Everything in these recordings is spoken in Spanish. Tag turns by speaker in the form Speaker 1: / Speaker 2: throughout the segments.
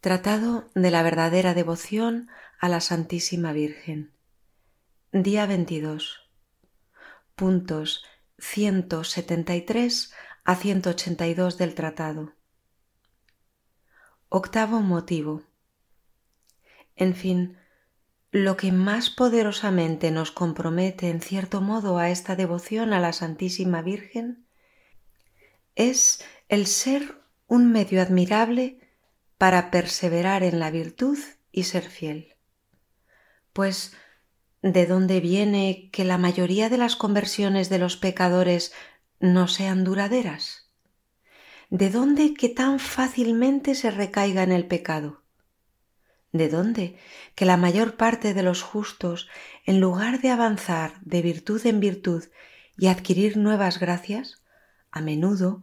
Speaker 1: Tratado de la verdadera devoción a la Santísima Virgen. Día 22. Puntos 173 a 182 del tratado. Octavo motivo. En fin, lo que más poderosamente nos compromete en cierto modo a esta devoción a la Santísima Virgen es el ser un medio admirable para perseverar en la virtud y ser fiel. Pues, ¿de dónde viene que la mayoría de las conversiones de los pecadores no sean duraderas? ¿De dónde que tan fácilmente se recaiga en el pecado? ¿De dónde que la mayor parte de los justos, en lugar de avanzar de virtud en virtud y adquirir nuevas gracias, a menudo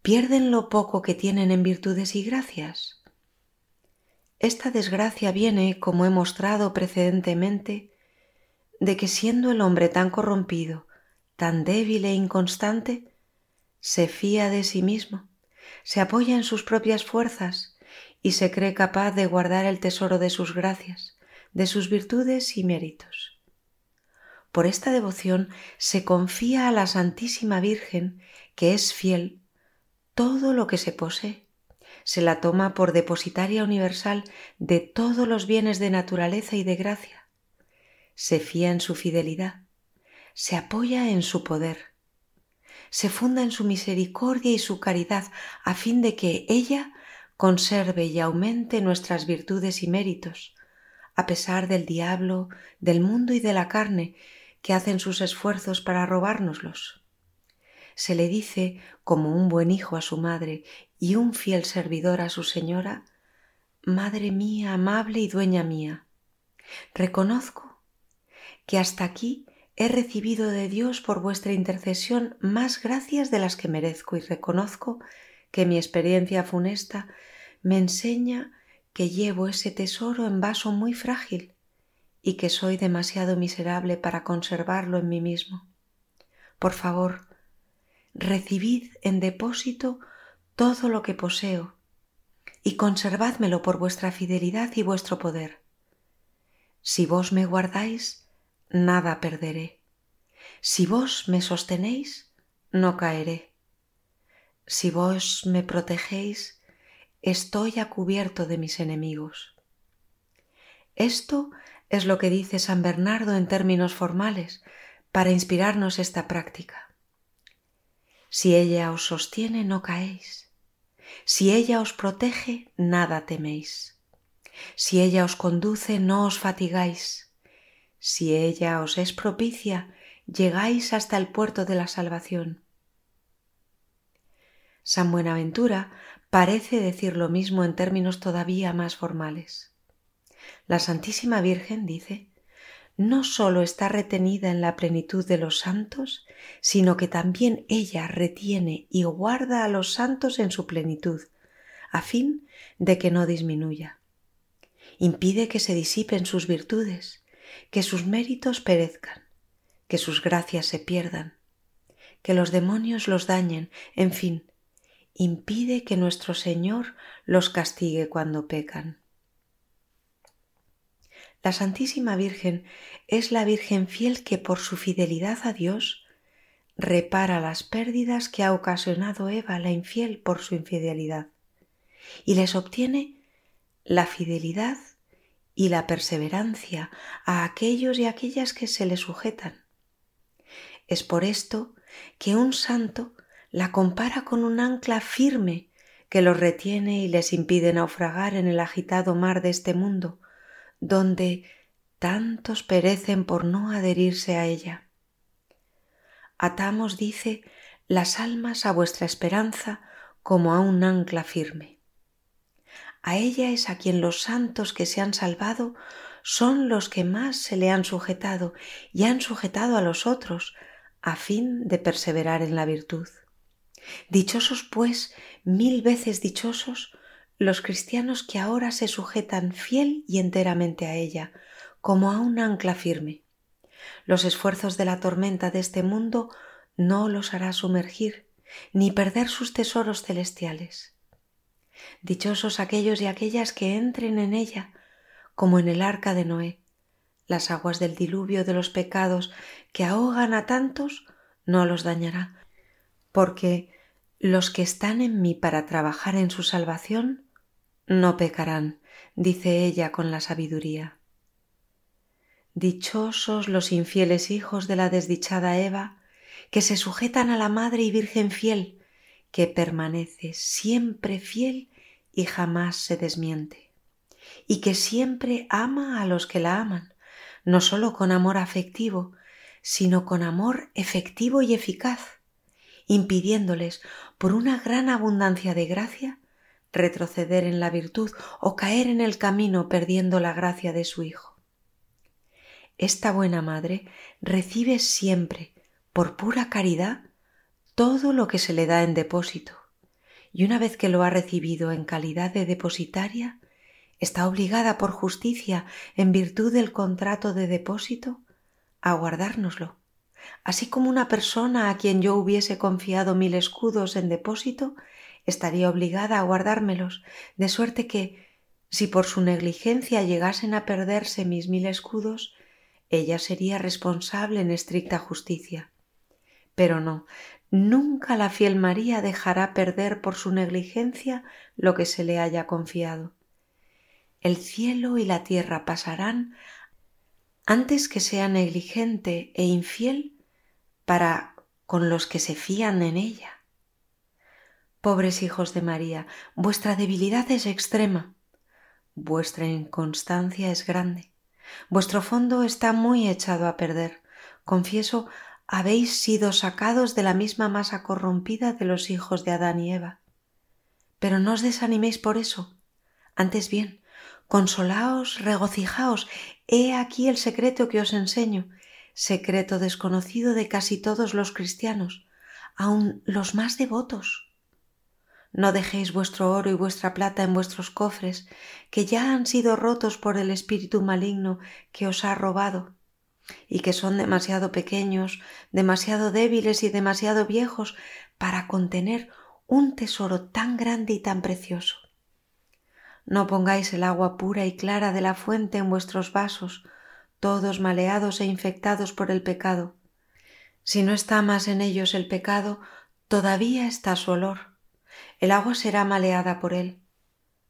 Speaker 1: pierden lo poco que tienen en virtudes y gracias? Esta desgracia viene, como he mostrado precedentemente, de que siendo el hombre tan corrompido, tan débil e inconstante, se fía de sí mismo, se apoya en sus propias fuerzas, y se cree capaz de guardar el tesoro de sus gracias, de sus virtudes y méritos. Por esta devoción se confía a la Santísima Virgen, que es fiel, todo lo que se posee. Se la toma por depositaria universal de todos los bienes de naturaleza y de gracia. Se fía en su fidelidad, se apoya en su poder, se funda en su misericordia y su caridad, a fin de que ella conserve y aumente nuestras virtudes y méritos, a pesar del diablo, del mundo y de la carne que hacen sus esfuerzos para robárnoslos. Se le dice, como un buen hijo a su madre y un fiel servidor a su señora, Madre mía, amable y dueña mía, reconozco que hasta aquí he recibido de Dios por vuestra intercesión más gracias de las que merezco y reconozco que mi experiencia funesta me enseña que llevo ese tesoro en vaso muy frágil y que soy demasiado miserable para conservarlo en mí mismo. Por favor, recibid en depósito todo lo que poseo y conservádmelo por vuestra fidelidad y vuestro poder. Si vos me guardáis, nada perderé. Si vos me sostenéis, no caeré. Si vos me protegéis, estoy a cubierto de mis enemigos. Esto es lo que dice San Bernardo en términos formales para inspirarnos esta práctica. Si ella os sostiene, no caéis. Si ella os protege, nada teméis. Si ella os conduce, no os fatigáis. Si ella os es propicia, llegáis hasta el puerto de la salvación. San Buenaventura parece decir lo mismo en términos todavía más formales. La Santísima Virgen, dice, no sólo está retenida en la plenitud de los santos, sino que también ella retiene y guarda a los santos en su plenitud, a fin de que no disminuya. Impide que se disipen sus virtudes, que sus méritos perezcan, que sus gracias se pierdan, que los demonios los dañen, en fin, impide que nuestro Señor los castigue cuando pecan. La Santísima Virgen es la Virgen fiel que por su fidelidad a Dios repara las pérdidas que ha ocasionado Eva la infiel por su infidelidad y les obtiene la fidelidad y la perseverancia a aquellos y aquellas que se le sujetan. Es por esto que un santo la compara con un ancla firme que los retiene y les impide naufragar en el agitado mar de este mundo, donde tantos perecen por no adherirse a ella. Atamos, dice, las almas a vuestra esperanza como a un ancla firme. A ella es a quien los santos que se han salvado son los que más se le han sujetado y han sujetado a los otros, a fin de perseverar en la virtud. Dichosos, pues, mil veces dichosos, los cristianos que ahora se sujetan fiel y enteramente a ella, como a un ancla firme. Los esfuerzos de la tormenta de este mundo no los hará sumergir, ni perder sus tesoros celestiales. Dichosos aquellos y aquellas que entren en ella, como en el arca de Noé. Las aguas del diluvio de los pecados que ahogan a tantos no los dañará, porque los que están en mí para trabajar en su salvación no pecarán, dice ella con la sabiduría. Dichosos los infieles hijos de la desdichada Eva, que se sujetan a la Madre y Virgen fiel, que permanece siempre fiel y jamás se desmiente, y que siempre ama a los que la aman, no sólo con amor afectivo, sino con amor efectivo y eficaz, impidiéndoles, por una gran abundancia de gracia, retroceder en la virtud o caer en el camino perdiendo la gracia de su Hijo. Esta buena madre recibe siempre, por pura caridad, todo lo que se le da en depósito, y una vez que lo ha recibido en calidad de depositaria, está obligada por justicia, en virtud del contrato de depósito, a guardárnoslo. Así como una persona a quien yo hubiese confiado mil escudos en depósito, estaría obligada a guardármelos, de suerte que, si por su negligencia llegasen a perderse mis mil escudos, ella sería responsable en estricta justicia. Pero no, nunca la fiel María dejará perder por su negligencia lo que se le haya confiado. El cielo y la tierra pasarán antes que sea negligente e infiel para con los que se fían en ella. Pobres hijos de María, vuestra debilidad es extrema, vuestra inconstancia es grande, vuestro fondo está muy echado a perder. Confieso habéis sido sacados de la misma masa corrompida de los hijos de Adán y Eva. Pero no os desaniméis por eso. Antes bien, consolaos, regocijaos. He aquí el secreto que os enseño, secreto desconocido de casi todos los cristianos, aun los más devotos. No dejéis vuestro oro y vuestra plata en vuestros cofres, que ya han sido rotos por el espíritu maligno que os ha robado y que son demasiado pequeños, demasiado débiles y demasiado viejos para contener un tesoro tan grande y tan precioso. No pongáis el agua pura y clara de la fuente en vuestros vasos, todos maleados e infectados por el pecado. Si no está más en ellos el pecado, todavía está su olor. El agua será maleada por él.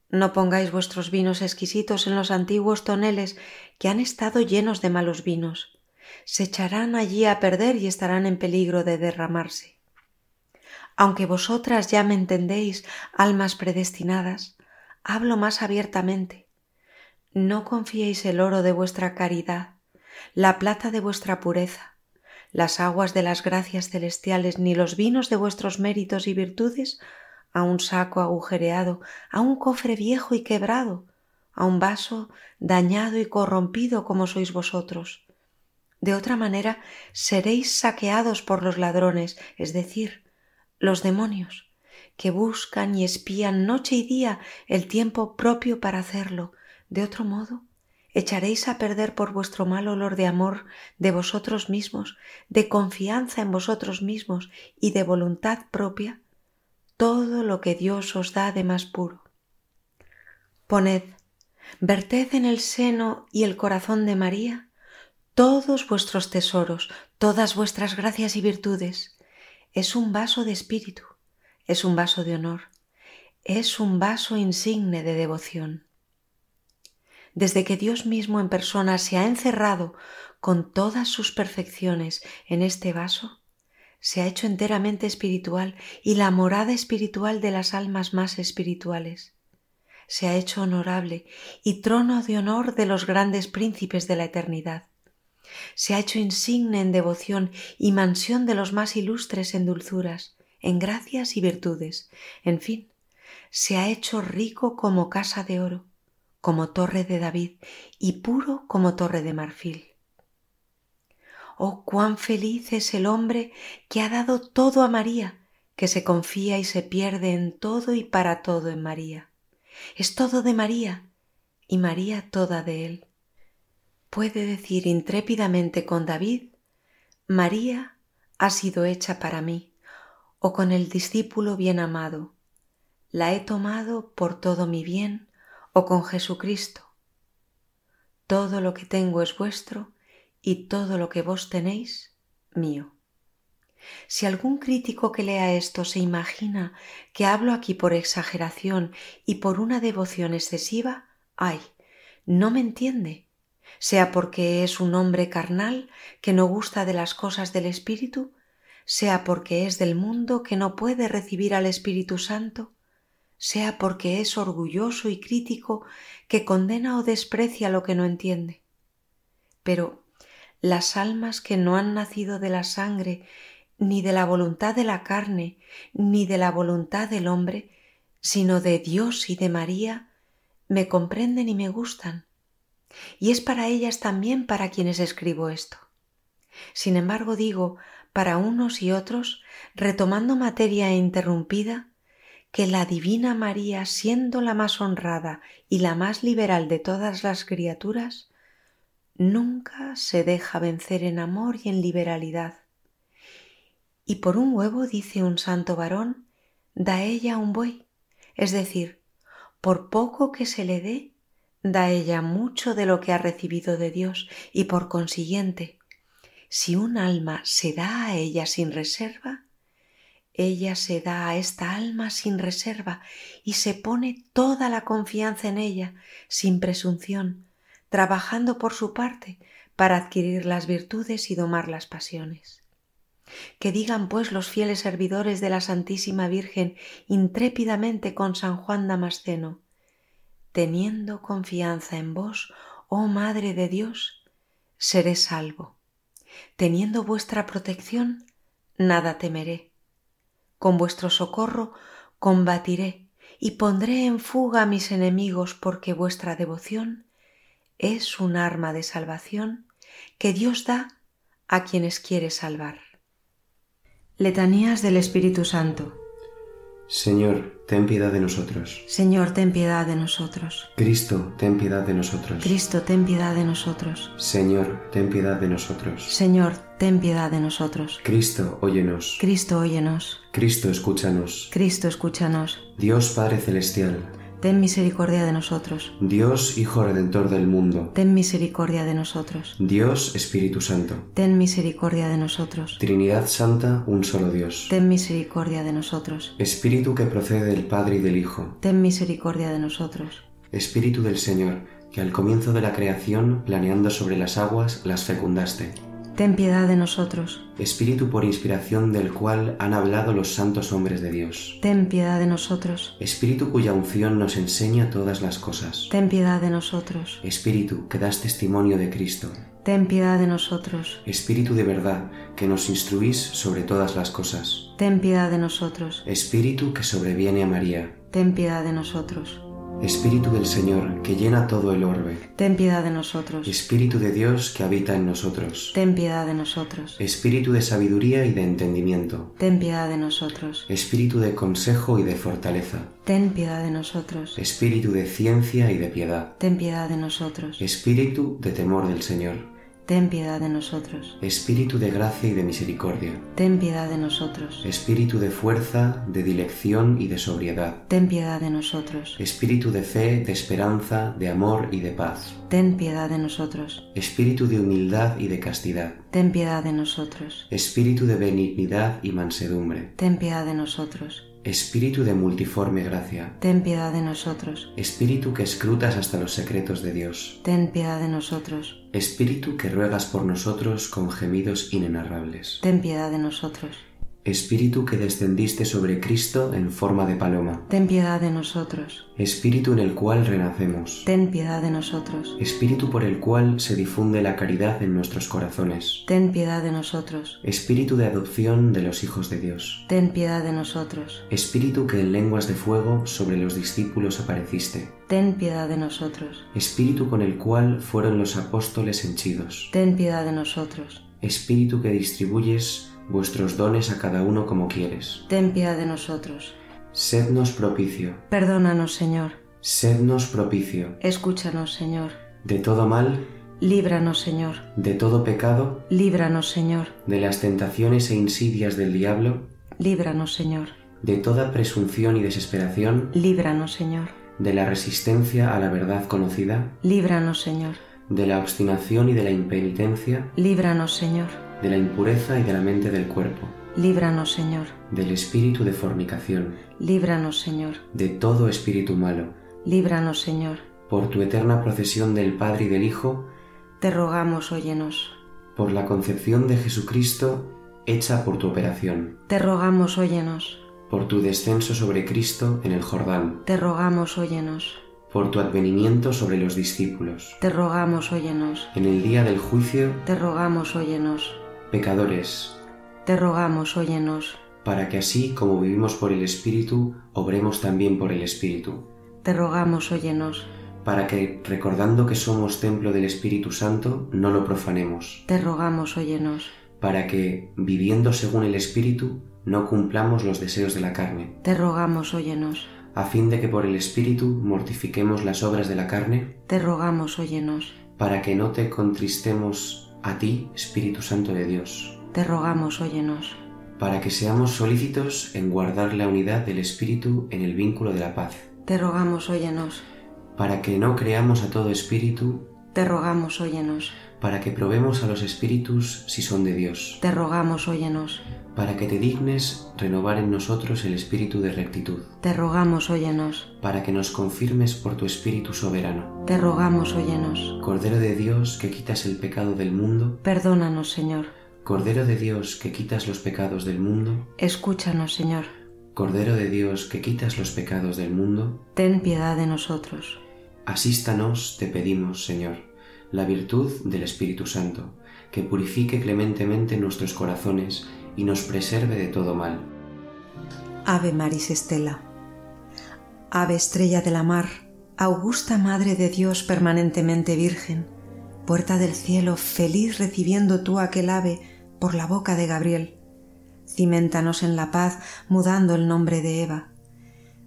Speaker 1: No pongáis vuestros vinos exquisitos en los antiguos toneles que han estado llenos de malos vinos. Se echarán allí a perder y estarán en peligro de derramarse. Aunque vosotras ya me entendéis, almas predestinadas, hablo más abiertamente. No confiéis el oro de vuestra caridad, la plata de vuestra pureza, las aguas de las gracias celestiales, ni los vinos de vuestros méritos y virtudes a un saco agujereado, a un cofre viejo y quebrado, a un vaso dañado y corrompido como sois vosotros. De otra manera seréis saqueados por los ladrones, es decir, los demonios, que buscan y espían noche y día el tiempo propio para hacerlo. De otro modo, echaréis a perder por vuestro mal olor de amor de vosotros mismos, de confianza en vosotros mismos y de voluntad propia todo lo que Dios os da de más puro. Poned, verted en el seno y el corazón de María todos vuestros tesoros, todas vuestras gracias y virtudes. Es un vaso de espíritu, es un vaso de honor, es un vaso insigne de devoción. Desde que Dios mismo en persona se ha encerrado con todas sus perfecciones en este vaso, se ha hecho enteramente espiritual y la morada espiritual de las almas más espirituales. Se ha hecho honorable y trono de honor de los grandes príncipes de la eternidad. Se ha hecho insigne en devoción y mansión de los más ilustres en dulzuras, en gracias y virtudes. En fin, se ha hecho rico como casa de oro, como torre de David y puro como torre de marfil. Oh, cuán feliz es el hombre que ha dado todo a María, que se confía y se pierde en todo y para todo en María. Es todo de María y María toda de él. Puede decir intrépidamente con David, María ha sido hecha para mí, o con el discípulo bien amado, la he tomado por todo mi bien o con Jesucristo. Todo lo que tengo es vuestro y todo lo que vos tenéis mío. Si algún crítico que lea esto se imagina que hablo aquí por exageración y por una devoción excesiva, ay, no me entiende, sea porque es un hombre carnal que no gusta de las cosas del Espíritu, sea porque es del mundo que no puede recibir al Espíritu Santo, sea porque es orgulloso y crítico que condena o desprecia lo que no entiende. Pero las almas que no han nacido de la sangre ni de la voluntad de la carne, ni de la voluntad del hombre, sino de Dios y de María, me comprenden y me gustan. Y es para ellas también para quienes escribo esto. Sin embargo, digo, para unos y otros, retomando materia interrumpida, que la Divina María, siendo la más honrada y la más liberal de todas las criaturas, nunca se deja vencer en amor y en liberalidad y por un huevo, dice un santo varón, da ella un buey, es decir, por poco que se le dé, da ella mucho de lo que ha recibido de Dios y por consiguiente, si un alma se da a ella sin reserva, ella se da a esta alma sin reserva y se pone toda la confianza en ella, sin presunción, trabajando por su parte para adquirir las virtudes y domar las pasiones. Que digan, pues, los fieles servidores de la Santísima Virgen intrépidamente con San Juan Damasceno, teniendo confianza en vos, oh Madre de Dios, seré salvo. Teniendo vuestra protección, nada temeré. Con vuestro socorro combatiré y pondré en fuga a mis enemigos porque vuestra devoción es un arma de salvación que Dios da a quienes quiere salvar. Letanías del Espíritu Santo.
Speaker 2: Señor, ten piedad de nosotros.
Speaker 1: Señor, ten piedad de nosotros.
Speaker 2: Cristo, ten piedad de nosotros.
Speaker 1: Cristo, ten piedad de nosotros.
Speaker 2: Señor, ten piedad de nosotros.
Speaker 1: Señor, ten piedad de nosotros.
Speaker 2: Cristo, óyenos.
Speaker 1: Cristo, óyenos.
Speaker 2: Cristo, escúchanos.
Speaker 1: Cristo, escúchanos.
Speaker 2: Dios Padre Celestial.
Speaker 1: Ten misericordia de nosotros.
Speaker 2: Dios Hijo Redentor del mundo.
Speaker 1: Ten misericordia de nosotros.
Speaker 2: Dios Espíritu Santo.
Speaker 1: Ten misericordia de nosotros.
Speaker 2: Trinidad Santa, un solo Dios.
Speaker 1: Ten misericordia de nosotros.
Speaker 2: Espíritu que procede del Padre y del Hijo.
Speaker 1: Ten misericordia de nosotros.
Speaker 2: Espíritu del Señor, que al comienzo de la creación, planeando sobre las aguas, las fecundaste.
Speaker 1: Ten piedad de nosotros.
Speaker 2: Espíritu por inspiración del cual han hablado los santos hombres de Dios.
Speaker 1: Ten piedad de nosotros.
Speaker 2: Espíritu cuya unción nos enseña todas las cosas.
Speaker 1: Ten piedad de nosotros.
Speaker 2: Espíritu que das testimonio de Cristo.
Speaker 1: Ten piedad de nosotros.
Speaker 2: Espíritu de verdad que nos instruís sobre todas las cosas.
Speaker 1: Ten piedad de nosotros.
Speaker 2: Espíritu que sobreviene a María.
Speaker 1: Ten piedad de nosotros.
Speaker 2: Espíritu del Señor, que llena todo el orbe.
Speaker 1: Ten piedad de nosotros.
Speaker 2: Espíritu de Dios, que habita en nosotros.
Speaker 1: Ten piedad de nosotros.
Speaker 2: Espíritu de sabiduría y de entendimiento.
Speaker 1: Ten piedad de nosotros.
Speaker 2: Espíritu de consejo y de fortaleza.
Speaker 1: Ten piedad de nosotros.
Speaker 2: Espíritu de ciencia y de piedad.
Speaker 1: Ten piedad de nosotros.
Speaker 2: Espíritu de temor del Señor.
Speaker 1: Ten piedad de nosotros.
Speaker 2: Espíritu de gracia y de misericordia.
Speaker 1: Ten piedad de nosotros.
Speaker 2: Espíritu de fuerza, de dilección y de sobriedad.
Speaker 1: Ten piedad de nosotros.
Speaker 2: Espíritu de fe, de esperanza, de amor y de paz.
Speaker 1: Ten piedad de nosotros.
Speaker 2: Espíritu de humildad y de castidad.
Speaker 1: Ten piedad de nosotros.
Speaker 2: Espíritu de benignidad y mansedumbre.
Speaker 1: Ten piedad de nosotros.
Speaker 2: Espíritu de multiforme gracia.
Speaker 1: Ten piedad de nosotros.
Speaker 2: Espíritu que escrutas hasta los secretos de Dios.
Speaker 1: Ten piedad de nosotros.
Speaker 2: Espíritu que ruegas por nosotros con gemidos inenarrables.
Speaker 1: Ten piedad de nosotros.
Speaker 2: Espíritu que descendiste sobre Cristo en forma de paloma.
Speaker 1: Ten piedad de nosotros.
Speaker 2: Espíritu en el cual renacemos.
Speaker 1: Ten piedad de nosotros.
Speaker 2: Espíritu por el cual se difunde la caridad en nuestros corazones.
Speaker 1: Ten piedad de nosotros.
Speaker 2: Espíritu de adopción de los hijos de Dios.
Speaker 1: Ten piedad de nosotros.
Speaker 2: Espíritu que en lenguas de fuego sobre los discípulos apareciste.
Speaker 1: Ten piedad de nosotros.
Speaker 2: Espíritu con el cual fueron los apóstoles henchidos.
Speaker 1: Ten piedad de nosotros.
Speaker 2: Espíritu que distribuyes vuestros dones a cada uno como quieres.
Speaker 1: Ten piedad de nosotros.
Speaker 2: Sednos propicio.
Speaker 1: Perdónanos, Señor.
Speaker 2: Sednos propicio.
Speaker 1: Escúchanos, Señor.
Speaker 2: De todo mal.
Speaker 1: Líbranos, Señor.
Speaker 2: De todo pecado.
Speaker 1: Líbranos, Señor.
Speaker 2: De las tentaciones e insidias del diablo.
Speaker 1: Líbranos, Señor.
Speaker 2: de toda presunción y desesperación,
Speaker 1: líbranos, Señor.
Speaker 2: de la resistencia a la verdad conocida,
Speaker 1: Líbranos, Señor.
Speaker 2: de la obstinación y de la impenitencia,
Speaker 1: Líbranos, Señor.
Speaker 2: de la impureza y de la mente del cuerpo,
Speaker 1: Líbranos, Señor.
Speaker 2: del espíritu de fornicación,
Speaker 1: Líbranos, Señor.
Speaker 2: de todo espíritu malo,
Speaker 1: Líbranos, Señor.
Speaker 2: por tu eterna procesión del Padre y del Hijo,
Speaker 1: Te rogamos, óyenos.
Speaker 2: por la concepción de Jesucristo hecha por tu operación,
Speaker 1: Te rogamos, óyenos.
Speaker 2: por tu descenso sobre Cristo en el Jordán,
Speaker 1: Te rogamos, óyenos.
Speaker 2: por tu advenimiento sobre los discípulos,
Speaker 1: Te rogamos, óyenos.
Speaker 2: en el día del juicio,
Speaker 1: Te rogamos, óyenos.
Speaker 2: pecadores,
Speaker 1: Te rogamos, óyenos.
Speaker 2: para que así como vivimos por el Espíritu, obremos también por el Espíritu,
Speaker 1: Te rogamos, óyenos.
Speaker 2: para que, recordando que somos templo del Espíritu Santo, no lo profanemos,
Speaker 1: Te rogamos, óyenos.
Speaker 2: para que, viviendo según el Espíritu, no cumplamos los deseos de la carne,
Speaker 1: Te rogamos, óyenos.
Speaker 2: a fin de que por el Espíritu mortifiquemos las obras de la carne,
Speaker 1: Te rogamos, óyenos.
Speaker 2: para que no te contristemos a ti, Espíritu Santo de Dios,
Speaker 1: Te rogamos, óyenos.
Speaker 2: para que seamos solícitos en guardar la unidad del Espíritu en el vínculo de la paz.
Speaker 1: Te rogamos, óyenos.
Speaker 2: para que no creamos a todo espíritu,
Speaker 1: Te rogamos, óyenos.
Speaker 2: para que probemos a los espíritus si son de Dios,
Speaker 1: Te rogamos, óyenos.
Speaker 2: para que te dignes renovar en nosotros el espíritu de rectitud,
Speaker 1: Te rogamos, óyenos.
Speaker 2: para que nos confirmes por tu espíritu soberano.
Speaker 1: Te rogamos, óyenos.
Speaker 2: Cordero de Dios que quitas el pecado del mundo,
Speaker 1: Perdónanos, Señor.
Speaker 2: Cordero de Dios que quitas los pecados del mundo,
Speaker 1: Escúchanos, Señor.
Speaker 2: Cordero de Dios que quitas los pecados del mundo,
Speaker 1: Ten piedad de nosotros.
Speaker 2: asístanos, te pedimos, Señor, la virtud del Espíritu Santo, que purifique clementemente nuestros corazones y nos preserve de todo mal.
Speaker 1: Ave Maris Estela. Ave estrella de la mar, augusta Madre de Dios permanentemente Virgen, puerta del cielo, feliz recibiendo tú aquel ave por la boca de Gabriel. Cimentanos en la paz, mudando el nombre de Eva.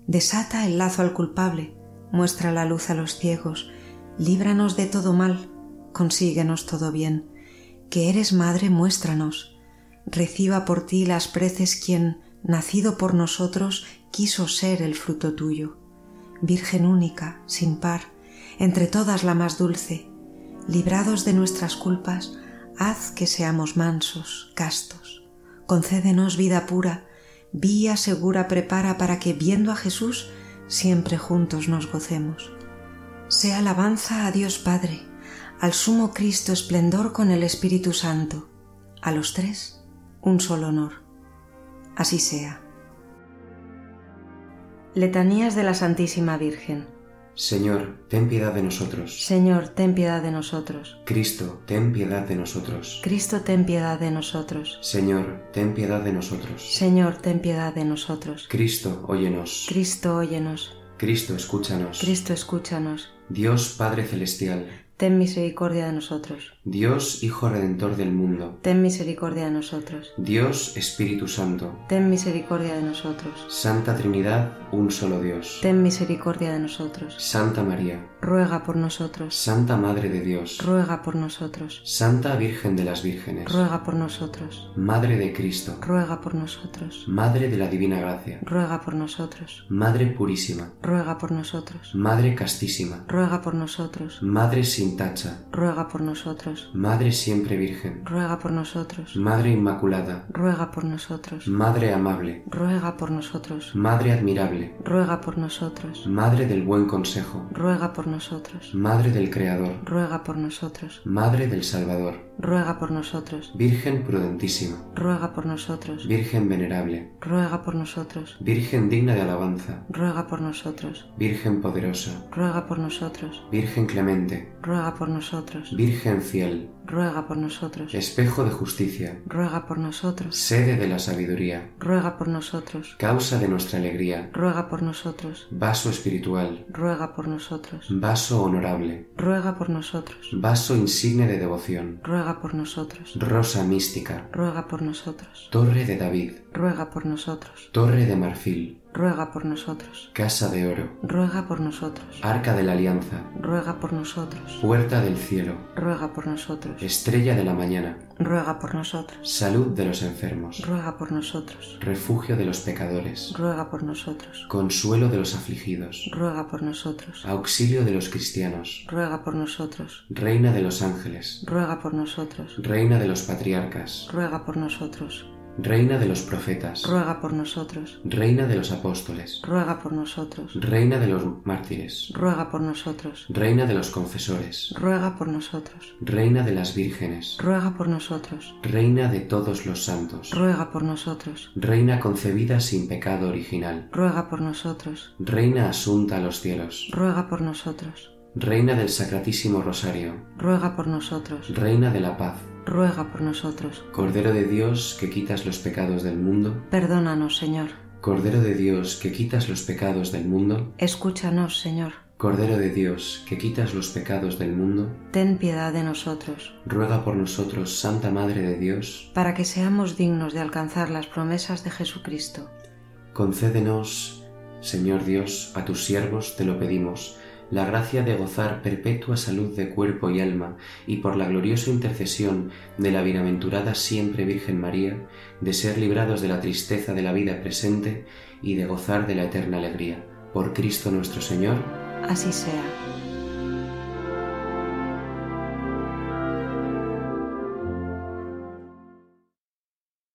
Speaker 1: Desata el lazo al culpable, muestra la luz a los ciegos, líbranos de todo mal, consíguenos todo bien. Que eres madre, muéstranos. Reciba por ti las preces quien, nacido por nosotros, quiso ser el fruto tuyo. Virgen única, sin par, entre todas la más dulce, librados de nuestras culpas, haz que seamos mansos, castos. Concédenos vida pura, vía segura prepara para que, viendo a Jesús, siempre juntos nos gocemos. Sea alabanza a Dios Padre, al Sumo Cristo esplendor con el Espíritu Santo, a los tres un solo honor. Así sea. Letanías de la Santísima Virgen.
Speaker 2: Señor, ten piedad de nosotros.
Speaker 1: Señor, ten piedad de nosotros.
Speaker 2: Cristo, ten piedad de nosotros.
Speaker 1: Cristo, ten piedad de nosotros.
Speaker 2: Señor, ten piedad de nosotros.
Speaker 1: Señor, ten piedad de nosotros.
Speaker 2: Cristo, óyenos.
Speaker 1: Cristo, óyenos.
Speaker 2: Cristo, escúchanos.
Speaker 1: Cristo, escúchanos.
Speaker 2: Dios Padre Celestial,
Speaker 1: Ten misericordia de nosotros.
Speaker 2: Dios Hijo Redentor del mundo,
Speaker 1: Ten misericordia de nosotros.
Speaker 2: Dios Espíritu Santo,
Speaker 1: Ten misericordia de nosotros.
Speaker 2: Santa Trinidad, un solo Dios.
Speaker 1: Ten misericordia de nosotros.
Speaker 2: Santa María,
Speaker 1: Ruega por nosotros.
Speaker 2: Santa Madre de Dios,
Speaker 1: Ruega por nosotros.
Speaker 2: Santa Virgen de las Vírgenes,
Speaker 1: Ruega por nosotros.
Speaker 2: Madre de Cristo,
Speaker 1: Ruega por nosotros.
Speaker 2: Madre de la Divina Gracia,
Speaker 1: Ruega por nosotros.
Speaker 2: Madre Purísima,
Speaker 1: Ruega por nosotros.
Speaker 2: Madre Castísima,
Speaker 1: Ruega por nosotros.
Speaker 2: Madre sin tacha,
Speaker 1: Ruega por nosotros.
Speaker 2: Madre siempre Virgen,
Speaker 1: Ruega por nosotros.
Speaker 2: Madre Inmaculada,
Speaker 1: Ruega por nosotros.
Speaker 2: Madre amable,
Speaker 1: Ruega por nosotros.
Speaker 2: Madre admirable,
Speaker 1: Ruega por nosotros.
Speaker 2: Madre del buen consejo,
Speaker 1: Ruega por nosotros.
Speaker 2: Madre del Creador,
Speaker 1: Ruega por nosotros.
Speaker 2: Madre del Salvador,
Speaker 1: Ruega por nosotros.
Speaker 2: Virgen prudentísima,
Speaker 1: Ruega por nosotros.
Speaker 2: Virgen venerable,
Speaker 1: Ruega por nosotros.
Speaker 2: Virgen digna de alabanza,
Speaker 1: Ruega por nosotros.
Speaker 2: Virgen poderosa,
Speaker 1: Ruega por nosotros.
Speaker 2: Virgen clemente,
Speaker 1: Ruega por nosotros.
Speaker 2: Virgen fiel,
Speaker 1: Ruega por nosotros.
Speaker 2: espejo de justicia,
Speaker 1: Ruega por nosotros.
Speaker 2: sede de la sabiduría,
Speaker 1: Ruega por nosotros.
Speaker 2: causa de nuestra alegría,
Speaker 1: Ruega por nosotros.
Speaker 2: vaso espiritual,
Speaker 1: Ruega por nosotros.
Speaker 2: vaso honorable,
Speaker 1: Ruega por nosotros.
Speaker 2: vaso insigne de devoción,
Speaker 1: Ruega por nosotros.
Speaker 2: rosa mística,
Speaker 1: Ruega por nosotros.
Speaker 2: torre de David,
Speaker 1: Ruega por nosotros.
Speaker 2: Torre de marfil,
Speaker 1: ruega por nosotros.
Speaker 2: Casa de oro,
Speaker 1: Ruega por nosotros.
Speaker 2: arca de la alianza,
Speaker 1: Ruega por nosotros.
Speaker 2: puerta del cielo,
Speaker 1: Ruega por nosotros.
Speaker 2: estrella de la mañana,
Speaker 1: Ruega por nosotros.
Speaker 2: salud de los enfermos,
Speaker 1: Ruega por nosotros.
Speaker 2: refugio de los pecadores,
Speaker 1: Ruega por nosotros.
Speaker 2: consuelo de los afligidos,
Speaker 1: Ruega por nosotros.
Speaker 2: auxilio de los cristianos,
Speaker 1: Ruega por nosotros.
Speaker 2: reina de los ángeles,
Speaker 1: Ruega por nosotros.
Speaker 2: reina de los patriarcas,
Speaker 1: Ruega por nosotros.
Speaker 2: reina de los profetas,
Speaker 1: Ruega por nosotros.
Speaker 2: reina de los apóstoles,
Speaker 1: Ruega por nosotros.
Speaker 2: reina de los mártires,
Speaker 1: Ruega por nosotros.
Speaker 2: reina de los confesores,
Speaker 1: Ruega por nosotros.
Speaker 2: reina de las vírgenes,
Speaker 1: Ruega por nosotros.
Speaker 2: reina de todos los santos,
Speaker 1: Ruega por nosotros.
Speaker 2: reina concebida sin pecado original,
Speaker 1: Ruega por nosotros.
Speaker 2: reina asunta a los cielos,
Speaker 1: Ruega por nosotros.
Speaker 2: reina del sacratísimo rosario,
Speaker 1: Ruega por nosotros.
Speaker 2: reina de la paz,
Speaker 1: Ruega por nosotros.
Speaker 2: Cordero de Dios que quitas los pecados del mundo,
Speaker 1: Perdónanos, Señor.
Speaker 2: Cordero de Dios que quitas los pecados del mundo,
Speaker 1: Escúchanos, Señor.
Speaker 2: Cordero de Dios que quitas los pecados del mundo,
Speaker 1: Ten piedad de nosotros,
Speaker 2: ruega por nosotros, Santa Madre de Dios,
Speaker 1: para que seamos dignos de alcanzar las promesas de Jesucristo.
Speaker 2: concédenos, Señor Dios, a tus siervos te lo pedimos, la gracia de gozar perpetua salud de cuerpo y alma, y por la gloriosa intercesión de la bienaventurada siempre Virgen María, de ser librados de la tristeza de la vida presente y de gozar de la eterna alegría. Por Cristo nuestro Señor.
Speaker 1: Así sea.